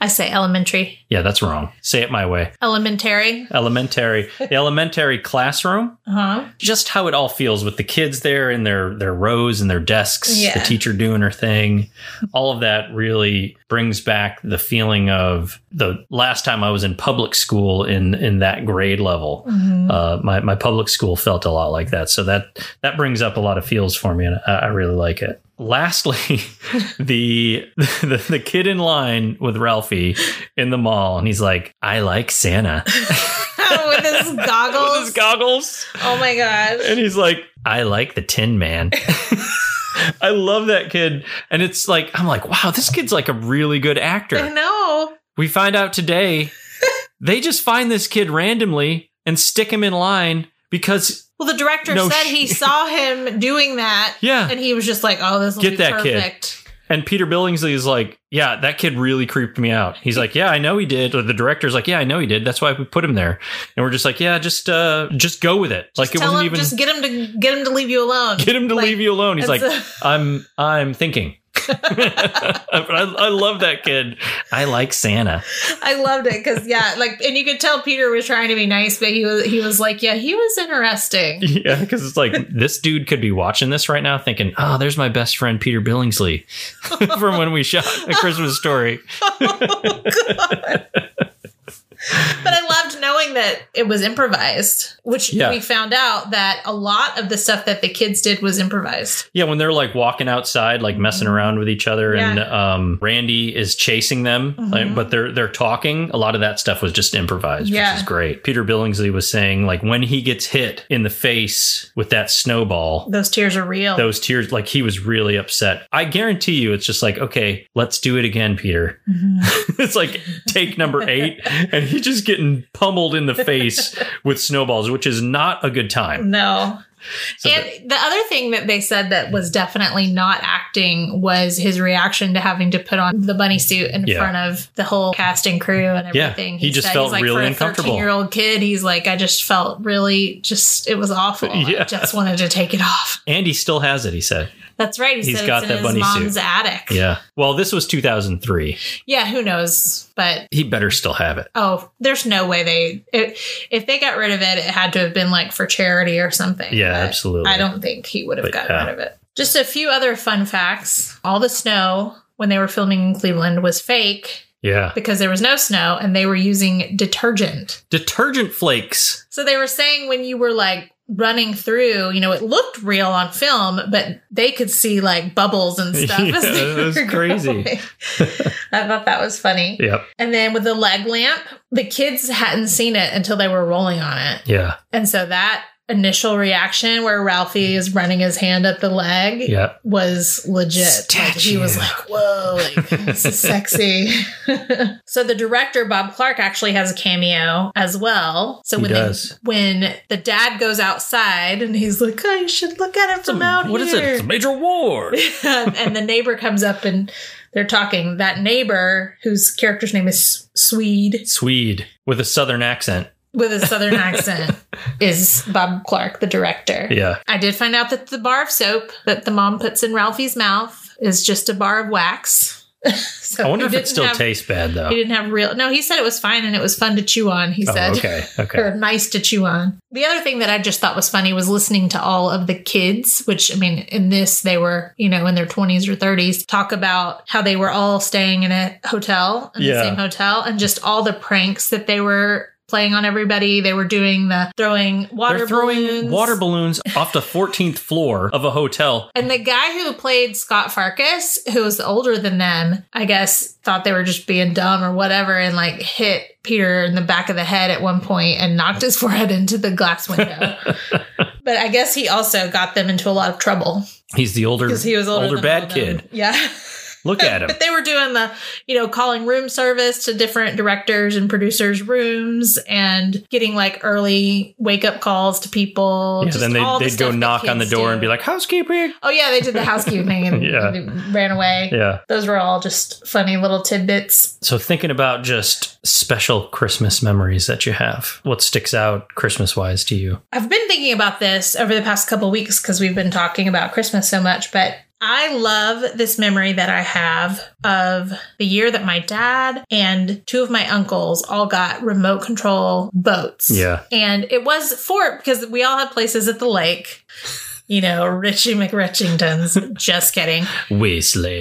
A: I say elementary,
B: Yeah, that's wrong. Say it my way.
A: elementary.
B: Elementary, the elementary classroom.
A: Uh huh.
B: Just how it all feels with the kids there in their their rows and their desks,
A: Yeah.
B: the teacher doing her thing. All of that really brings back the feeling of the last time I was in public school in in that grade level.
A: Mm-hmm.
B: uh, my, my public school felt a lot like that. So that that brings up a lot of feels for me, and I, I really like it. Lastly, the, the the kid in line with Ralphie in the mall, and he's like, "I like Santa."
A: Oh, With his goggles.
B: With his goggles,
A: oh my gosh.
B: and he's like, "I like the Tin Man." I love that kid, and it's like I'm like, "Wow, this kid's like a really good
A: I
B: actor."
A: know.
B: We find out today they just find this kid randomly and stick him in line because
A: Well, the director
B: No
A: said
B: sh-
A: he saw him doing that.
B: Yeah.
A: And he was just like, oh, this will
B: Get
A: be
B: that kid.
A: perfect.
B: And Peter Billingsley is like, yeah, that kid really creeped me out. He's like, yeah, I know he did. Or the director's like, yeah, I know he did. That's why we put him there. And we're just like, yeah, just uh, just go with it. like
A: Just
B: it
A: tell
B: wasn't
A: him,
B: even
A: just get him to get him to leave you alone.
B: get him to
A: Like,
B: leave you alone. He's like,
A: that's
B: i am I'm I'm thinking. but I, I love that kid. I like Santa.
A: I loved it because yeah, like, and you could tell Peter was trying to be nice, but he was he was like, yeah, he was interesting.
B: Yeah, because it's like this dude could be watching this right now, thinking, "Oh, there's my best friend Peter Billingsley from when we shot a Christmas Story."
A: But I loved no knowing that it was improvised, which
B: Yeah.
A: we found out that a lot of the stuff that the kids did was improvised.
B: Yeah, when they're like walking outside, like messing around with each other,
A: Mm-hmm. Yeah.
B: and um, Randy is chasing them, like,
A: Mhm.
B: but they're they're talking. A lot of that stuff was just improvised,
A: Yeah.
B: which is great. Peter Billingsley was saying like when he gets hit in the face with that snowball,
A: Those tears are real.
B: those tears, like he was really upset. I guarantee you, it's just like okay, let's do it again, Peter.
A: Mhm.
B: it's like take number eight, and he's just getting pummeled in the face with snowballs, which is not a good time.
A: No.
B: So
A: and the other thing that they said that was definitely not acting was his reaction to having to put on the bunny suit in
B: Yeah.
A: front of the whole cast and crew and
B: Yeah.
A: everything.
B: He just felt really uncomfortable.
A: Year old kid, he's like, I just felt really just it was awful.
B: Yeah.
A: I just wanted to take it off.
B: and he still has it. He said.
A: That's right. He
B: He's
A: said
B: got
A: it's in
B: that
A: his
B: bunny
A: mom's
B: suit.
A: attic.
B: Yeah. Well, this was 2003.
A: Yeah, Who knows? But
B: He better still have it.
A: oh, there's no way they it, if they got rid of it, it had to have been like for charity or something.
B: Yeah,
A: But
B: absolutely.
A: I don't think he would have
B: But, uh,
A: gotten
B: yeah.
A: rid of it. Just a few other fun facts. All the snow when they were filming in Cleveland was fake
B: Yeah.
A: because there was no snow and they were using detergent.
B: Detergent flakes.
A: So they were saying when you were like running through, you know, it looked real on film, but they could see like bubbles and stuff.
B: Yeah,
A: as they
B: that's
A: were
B: crazy.
A: going. I thought that was funny.
B: Yep.
A: And then with the leg lamp, the kids hadn't seen it until they were rolling on it.
B: Yeah.
A: And so that initial reaction where Ralphie is running his hand up the leg
B: Yep.
A: was legit. Like, he was
B: Statue.
A: like, whoa, like, this is sexy. so the director, Bob Clark, actually has a cameo as well. So
B: He
A: when, the-
B: does.
A: when the dad goes outside and he's like, oh, you should look at it from out
B: What
A: here.
B: is it? It's a major war.
A: Um, and the neighbor comes up and they're talking. That neighbor, whose character's name is Swede
B: Swede with a southern accent.
A: with a southern accent, is Bob Clark, the director.
B: Yeah.
A: I did find out that the bar of soap that the mom puts in Ralphie's mouth is just a bar of wax. so
B: I wonder
A: he
B: if it
A: didn't
B: still
A: have-
B: tastes bad though.
A: He didn't have real. No, he said it was fine and it was fun to chew on. He
B: Oh,
A: said.
B: okay. Okay.
A: Or nice to chew on. The other thing that I just thought was funny was listening to all of the kids, which I mean, in this, they were, you know, in their 20s or 30s, talk about how they were all staying in a hotel, in
B: Yeah.
A: the same hotel, and just all the pranks that they were playing on everybody. They were doing the throwing water
B: They're throwing
A: balloons.
B: water balloons off the 14th floor of a hotel.
A: And the guy who played Scott Farkas, who was older than them, I guess thought they were just being dumb or whatever and like hit Peter in the back of the head at one point and knocked his forehead into the glass window. but I guess he also got them into a lot of trouble
B: He's the older,
A: because he was older,
B: older
A: than all
B: bad
A: of them.
B: kid.
A: Yeah.
B: Look at him.
A: But they were doing the, you know, calling room service to different directors and producers' rooms and getting like early wake up calls to people.
B: yeah,
A: Just
B: then
A: all
B: they'd,
A: the
B: they'd go
A: stuff that
B: knock on the
A: kids
B: door
A: do.
B: and be like, housekeeping.
A: Oh yeah, they did the housekeeping and
B: Yeah.
A: they ran away.
B: Yeah.
A: Those were all just funny little tidbits.
B: So thinking about just special Christmas memories that you have, what sticks out Christmas wise to you?
A: I've been thinking about this over the past couple weeks because we've been talking about Christmas so much, but I love this memory that I have of the year that my dad and two of my uncles all got remote control boats.
B: Yeah.
A: And it was for because we all had places at the lake. You know, Richie McRitchingtons. just kidding.
B: Weasley.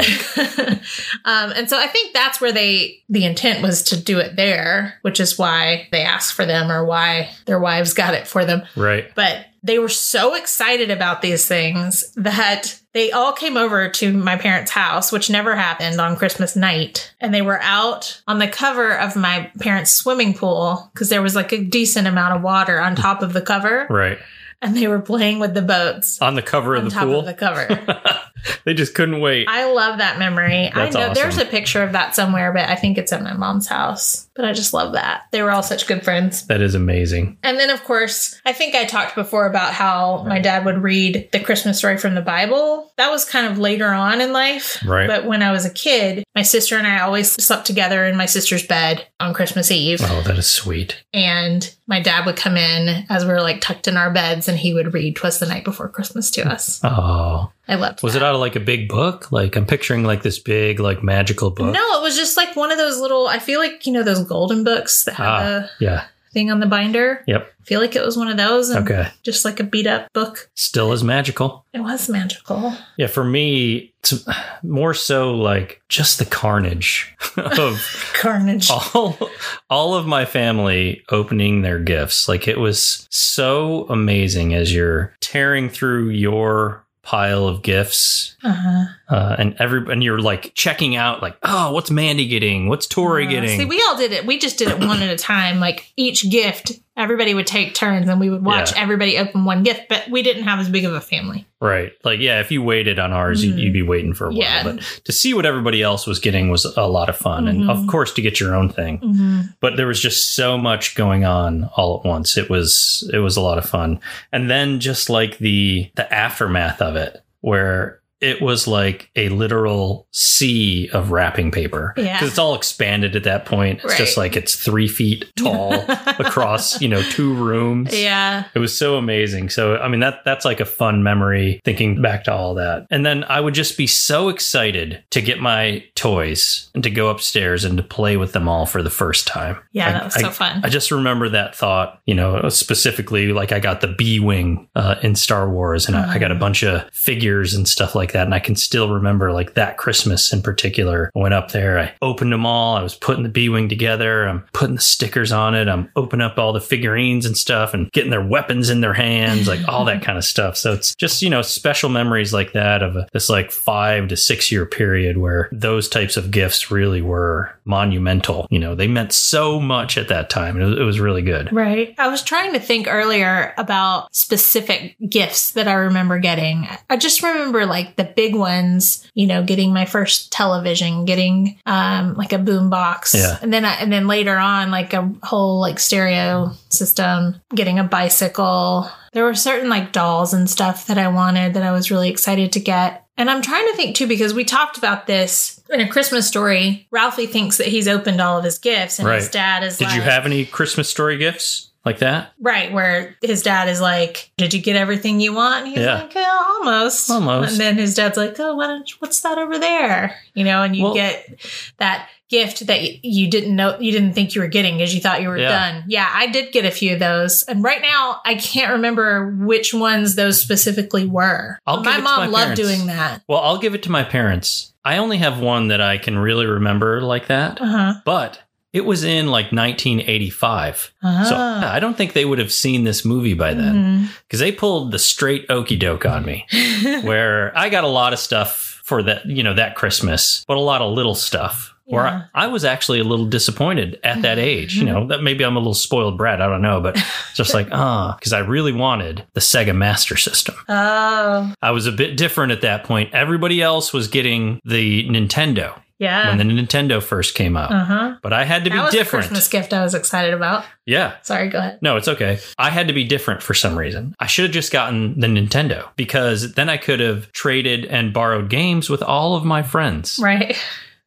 A: um, and so I think that's where they the intent was to do it there, which is why they asked for them or why their wives got it for them.
B: right.
A: But they were so excited about these things that they all came over to my parents' house, which never happened on Christmas night. And they were out on the cover of my parents' swimming pool because there was like a decent amount of water on top of the cover.
B: Right.
A: And they were playing with the boats
B: On the cover
A: on
B: of the
A: top
B: pool.
A: of the cover.
B: they just couldn't wait.
A: I love that memory.
B: That's
A: I know
B: awesome.
A: there's a picture of that somewhere, but I think it's at my mom's house. But I just love that. They were all such good friends.
B: that is amazing.
A: And then, of course, I think I talked before about how my dad would read the Christmas story from the Bible. That was kind of later on in life.
B: Right.
A: But when I was a kid, my sister and I always slept together in my sister's bed on Christmas Eve.
B: Oh, that is sweet.
A: And my dad would come in as we were like tucked in our beds and he would read Twas the Night Before Christmas to us.
B: Oh.
A: I loved
B: Was it out of like a big book? Like I'm picturing like this big, like magical book.
A: No, it was just like one of those little. I feel like you know those golden books that have
B: Ah,
A: the
B: Yeah.
A: thing on the binder.
B: Yep.
A: I feel like it was one of those. And
B: Okay.
A: Just like a beat up book.
B: Still is magical.
A: It was magical.
B: Yeah, for me, it's more so like just the carnage of
A: Carnage.
B: all all of my family opening their gifts like it was so amazing as you're tearing through your pile of gifts
A: Uh-huh.
B: uh, and every and you're like checking out like oh what's mandy getting what's tori
A: Uh,
B: getting
A: See, we all did it. We just did it one at a time. Like each gift, everybody would take turns and we would watch
B: Yeah.
A: everybody open one gift, but we didn't have as big of a family.
B: right like yeah if you waited on ours you'd,
A: Mm.
B: you'd be waiting for a while
A: Yeah.
B: but to see what everybody else was getting was a lot of fun and of
A: Mhm.
B: course to get your own thing but there was just so much going on all at once. It was it was a lot of fun. And then just like the the aftermath of it where it was like a literal sea of wrapping paper
A: Yeah.
B: it's all expanded at that point. It's just
A: Right.
B: like it's three feet tall across you know two rooms.
A: Mm-hmm. Yeah.
B: It was so amazing. So I mean that that's like a fun memory thinking back to all that. And then I would just be so excited to get my toys and to go upstairs and to play with them all for the first time.
A: Yeah,
B: I-
A: that was
B: I-
A: so fun.
B: I just remember that thought, you know, specifically like I got the B Wing uh, in Star Wars and I, I got a bunch of figures and stuff like that. And I can still remember like that Christmas in particular. I went up there, I opened them all. I was putting the B Wing together. I'm putting the stickers on it. I'm opening up all the figurines and stuff and getting their weapons in their hands, like all that kind of stuff. So it's just, you know, special memories like that of a, this like five to six year period where those types of gifts really were monumental. You know, they meant so much at that time. It was, it was really good.
A: Right. I was trying to think earlier about specific gifts that I remember getting. I just remember like the big ones, you know, getting my first television, getting um like a boom box.
B: Yeah.
A: And then I, and then later on like a whole like stereo system, getting a bicycle. There were certain like dolls and stuff that I wanted that I was really excited to get. And I'm trying to think too because we talked about this in a Christmas story. Ralphie thinks that he's opened all of his gifts and his
B: Right.
A: dad is
B: Did you
A: like-
B: have any Christmas story gifts like that?
A: Right, where his dad is like, "Did you get everything you want?" And he's
B: Yeah.
A: like, "Yeah, almost,
B: Almost.
A: And then his dad's like, "Oh, why don't, what's that over there?" You know, and you
B: Well-
A: get that gift that y- you didn't know, you didn't think you were getting because you thought you were
B: Yeah.
A: done. Yeah, I did get a few of those, and right now I can't remember which ones those specifically were.
B: I'll
A: But
B: give
A: my
B: it to
A: mom
B: my
A: loved
B: parents.
A: doing that.
B: Well, I'll give it to my parents. I only have one that I can really remember like that,
A: Uh huh.
B: but it was in like 1985.
A: Uh-huh.
B: So
A: Ah.
B: I don't think they would have seen this movie by then.
A: Mm-hmm.
B: because they pulled the straight okey doke on me, where I got a lot of stuff for that, you know, that Christmas, but a lot of little stuff. Where
A: Yeah. Mm-hmm.
B: I, I was actually a little disappointed at that age, you know, that maybe I'm a little spoiled brat, I don't know, but it's just like, ah, because I really wanted the Sega Master System.
A: oh,
B: I was a bit different at that point. Everybody else was getting the Nintendo
A: yeah.
B: when the Nintendo first came out,
A: Uh huh.
B: but I had to
A: That
B: be
A: was the
B: different.
A: Christmas gift I was excited about.
B: Yeah.
A: Sorry, go ahead.
B: No, it's okay. I had to be different for some reason. I should have just gotten the Nintendo because then I could have traded and borrowed games with all of my friends.
A: Right.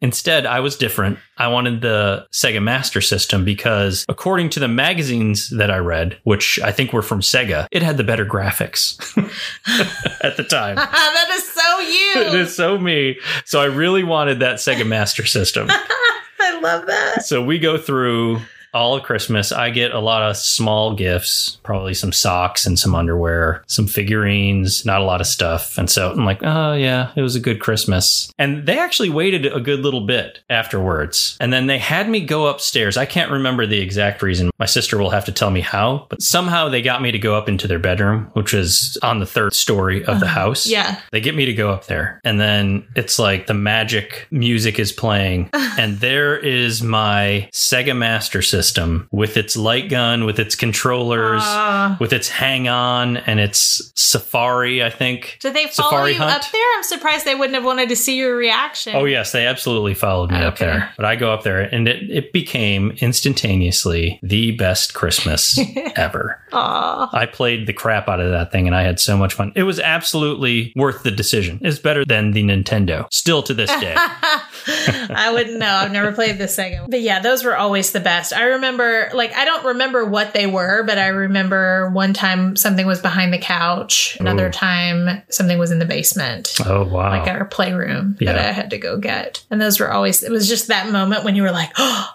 B: Instead, I was different. I wanted the Sega Master System because, according to the magazines that I read, which I think were from Sega, it had the better graphics at the time.
A: that is so you.
B: it is so me. So I really wanted that Sega Master System.
A: I love that.
B: so we go through all of Christmas. I get a lot of small gifts, probably some socks and some underwear, some figurines, not a lot of stuff. And so I'm like, oh, yeah, it was a good Christmas. And they actually waited a good little bit afterwards. And then they had me go upstairs. I can't remember the exact reason. My sister will have to tell me how, but somehow they got me to go up into their bedroom, which is on the third story of
A: Uh-huh.
B: the house.
A: Yeah.
B: They get me to go up there, and then it's like the magic music is playing, and there is my Sega Master System with its light gun, with its controllers,
A: Ah.
B: with its hang on, and its Safari, I think.
A: Did they follow
B: Safari
A: you
B: hunt?
A: up there? I'm surprised they wouldn't have wanted to see your reaction.
B: Oh, yes, they absolutely followed me up
A: Okay.
B: there. But I go up there, and it, it became instantaneously the best Christmas ever.
A: Aw.
B: I played the crap out of that thing and I had so much fun. It was absolutely worth the decision. It's better than the Nintendo, still to this day.
A: I wouldn't know. I've never played the Sega. one. But yeah, those were always the best. I remember, like, I don't remember what they were, but I remember one time something was behind the couch, another
B: Ooh.
A: time something was in the basement,
B: Oh wow.
A: like our playroom that
B: Yeah.
A: I had to go get. And those were always, it was just that moment when you were like, oh,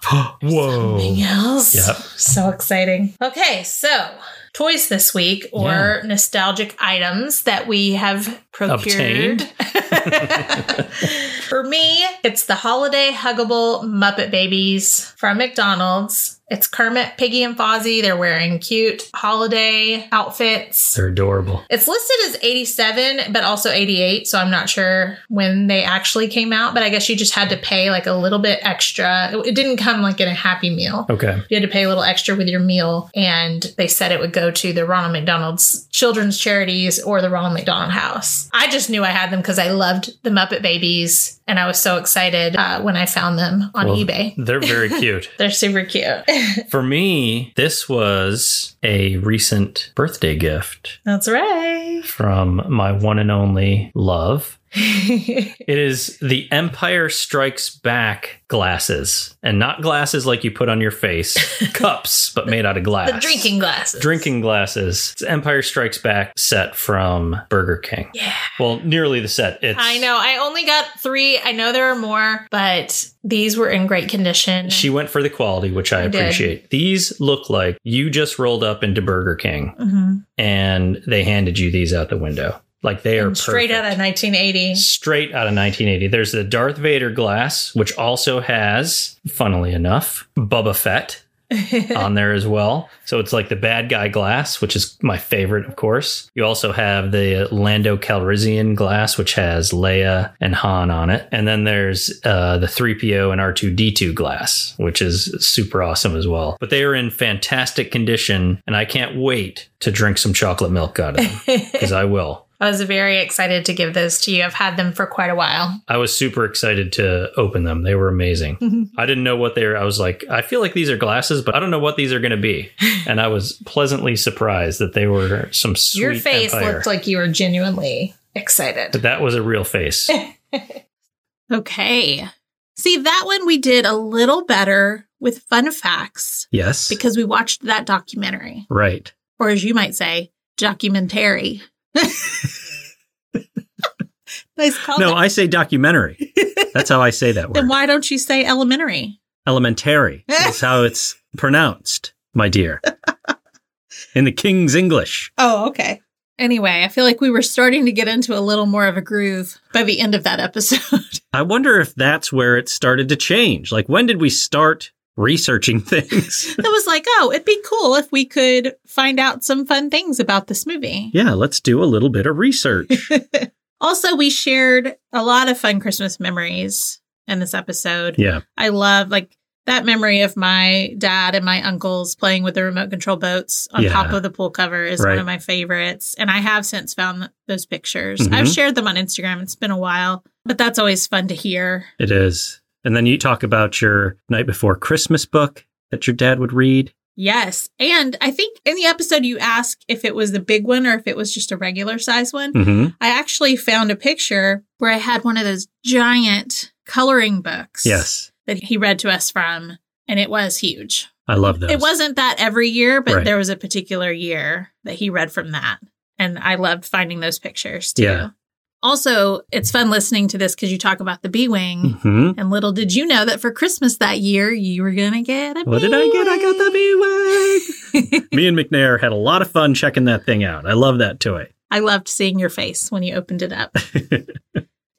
B: Whoa.
A: something else.
B: Yep.
A: So exciting. Okay, so toys this week or
B: Yeah.
A: nostalgic items that we have procured.
B: Obtained.
A: For me, it's the holiday huggable Muppet Babies from McDonald's. It's Kermit, Piggy, and Fozzie. They're wearing cute holiday outfits.
B: They're adorable.
A: It's listed as 87, but also 88. So I'm not sure when they actually came out, but I guess you just had to pay like a little bit extra. It- It didn't come like in a happy meal.
B: Okay.
A: You had to pay a little extra with your meal, and they said it would go to the Ronald McDonald's Children's Charities or the Ronald McDonald House. I just knew I had them because I loved the Muppet Babies, and I was so excited uh, when I found them on
B: Well,
A: eBay.
B: They're very cute.
A: They're super cute.
B: For me, this was a recent birthday gift
A: That's right.
B: from my one and only love. It is the Empire Strikes Back glasses, and not glasses like you put on your face, cups, but made out of glass.
A: the drinking glasses.
B: Drinking glasses. It's Empire Strikes Back set from Burger King.
A: Yeah.
B: Well, nearly the set. It's
A: I know. I only got three. I know there are more, but these were in great condition.
B: She went for the quality, which I
A: I did.
B: appreciate. These look like you just rolled up into Burger King
A: Mhm.
B: and they handed you these out the window. Like they are
A: And straight out
B: perfect.
A: of 1980.
B: straight out of 1980. There's the Darth Vader glass, which also has, funnily enough, Bubba Fett on there as well. So it's like the bad guy glass, which is my favorite, of course. You also have the Lando Calrissian glass, which has Leia and Han on it. And then there's uh, the 3PO and R2D2 glass, which is super awesome as well. But they are in fantastic condition, and I can't wait to drink some chocolate milk out of them because I will.
A: I was very excited to give those to you. I've had them for quite a while.
B: I was super excited to open them. They were amazing. I didn't know what they were. I was like, I feel like these are glasses, but I don't know what these are going to be. And I was pleasantly surprised that they were some sweet
A: Your face
B: empire.
A: looked like you were genuinely excited.
B: that was a real face.
A: Okay. See, that one we did a little better with fun facts
F: Yes.
A: because we watched that documentary,
F: Right.
A: or as you might say, documentary. nice call.
F: No, I say documentary. That's how I say that
A: then
F: word.
A: why don't you say elementary?
F: Elementary is how it's pronounced, my dear. In the King's English.
A: Oh, okay. Anyway, I feel like we were starting to get into a little more of a groove by the end of that episode.
F: I wonder if that's where it started to change. Like, when did we start researching things?
A: it was like, oh, it'd be cool if we could find out some fun things about this movie.
F: yeah, let's do a little bit of research.
A: Also, we shared a lot of fun Christmas memories in this episode.
F: Yeah.
A: I love like that memory of my dad and my uncles playing with the remote control boats on
F: Yeah.
A: top of the pool cover is
F: Right.
A: one of my favorites. And I have since found th- those pictures.
F: Mhm.
A: I've shared them on Instagram. It's been a while, but that's always fun to hear.
F: It is. And then you talk about your night before Christmas book that your dad would read.
A: Yes. And I think in the episode, you asked if it was the big one or if it was just a regular size one.
F: Mm-hmm.
A: I actually found a picture where I had one of those giant coloring books.
F: Yes.
A: That he read to us from. And it was huge.
F: I love those.
A: It wasn't that every year, but
F: Right.
A: there was a particular year that he read from that. And I loved finding those pictures too.
F: Yeah.
A: Also, it's fun listening to this because you talk about the B Wing.
F: hmm
A: And little did you know that for Christmas that year, you were going to get a
F: What did I get? I got the bee
A: B-Wing.
F: wing. Me and McNair had a lot of fun checking that thing out. I love that toy.
A: I loved seeing your face when you opened it up.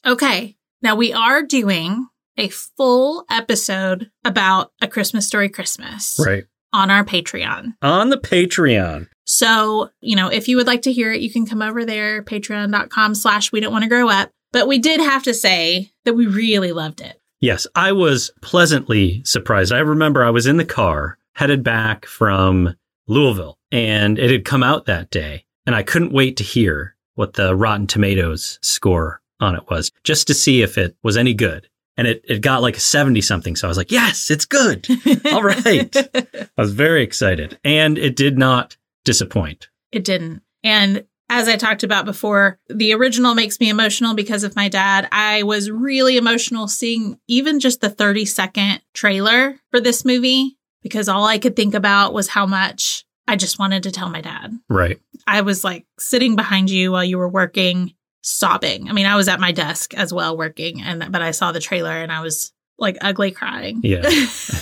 A: okay. Now we are doing a full episode about A Christmas Story Christmas
F: Right.
A: on our Patreon.
F: On the Patreon.
A: So, you know, if you would like to hear it, you can come over there, patreon.com slash we don't want to grow up. But we did have to say that we really loved it.
F: Yes, I was pleasantly surprised. I remember I was in the car headed back from Louisville, and it had come out that day, and I couldn't wait to hear what the Rotten Tomatoes score on it was, just to see if it was any good. And it, it got like a 70 something. So I was like, yes, it's good. All right. I was very excited. And it did not disappoint.
A: It didn't. And as I talked about before, the original makes me emotional because of my dad. I was really emotional seeing even just the 30 second trailer for this movie because all I could think about was how much I just wanted to tell my dad.
B: Right.
A: I was like sitting behind you while you were working, sobbing. I mean, I was at my desk as well working, and but I saw the trailer and I was like ugly crying.
B: Yeah.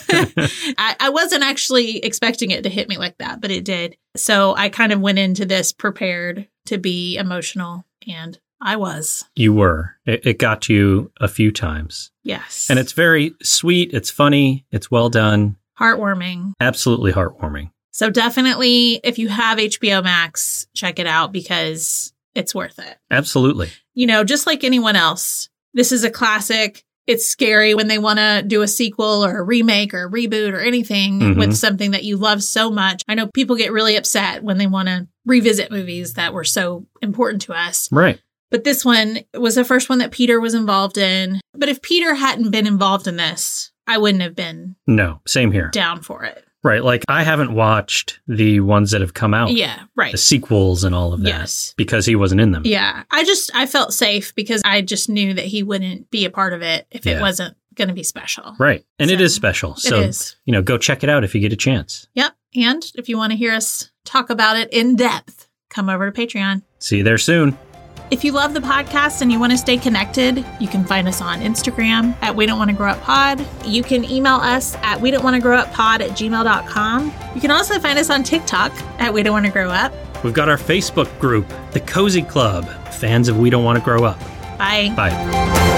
A: I, I wasn't actually expecting it to hit me like that, but it did. So I kind of went into this prepared to be emotional, and I was.
B: You were. It, it got you a few times.
A: Yes.
B: And it's very sweet. It's funny. It's well done.
A: heartwarming.
B: Absolutely heartwarming.
A: So definitely, if you have HBO Max, check it out because it's worth it.
B: Absolutely.
A: you know, just like anyone else, this is a classic. It's scary when they want to do a sequel or a remake or a reboot or anything
B: Mhm.
A: with something that you love so much. I know people get really upset when they want to revisit movies that were so important to us.
B: Right.
A: But this one was the first one that Peter was involved in. But if Peter hadn't been involved in this, I wouldn't have been
B: No, same here.
A: down for it.
B: Right. Like I haven't watched the ones that have come out,
A: Yeah, right.
B: the sequels and all of that,
A: Yes.
B: because he wasn't in them.
A: Yeah. I just, I felt safe because I just knew that he wouldn't be a part of it if
B: Yeah.
A: it wasn't going to be special.
B: Right. And it
A: So,
B: is special. So,
A: is.
B: you know, go check it out if you get a chance.
A: Yep. And if you want to hear us talk about it in depth, come over to Patreon.
B: See you there soon.
A: If you love the podcast and you want to stay connected, you can find us on Instagram at We Don't Want to Grow Up Pod. You can email us at We Don't Want to Grow Up Pod at gmail.com. You can also find us on TikTok at We Don't Want to Grow Up.
B: We've got our Facebook group, The Cozy Club, fans of We Don't Want to Grow Up.
A: Bye.
B: Bye.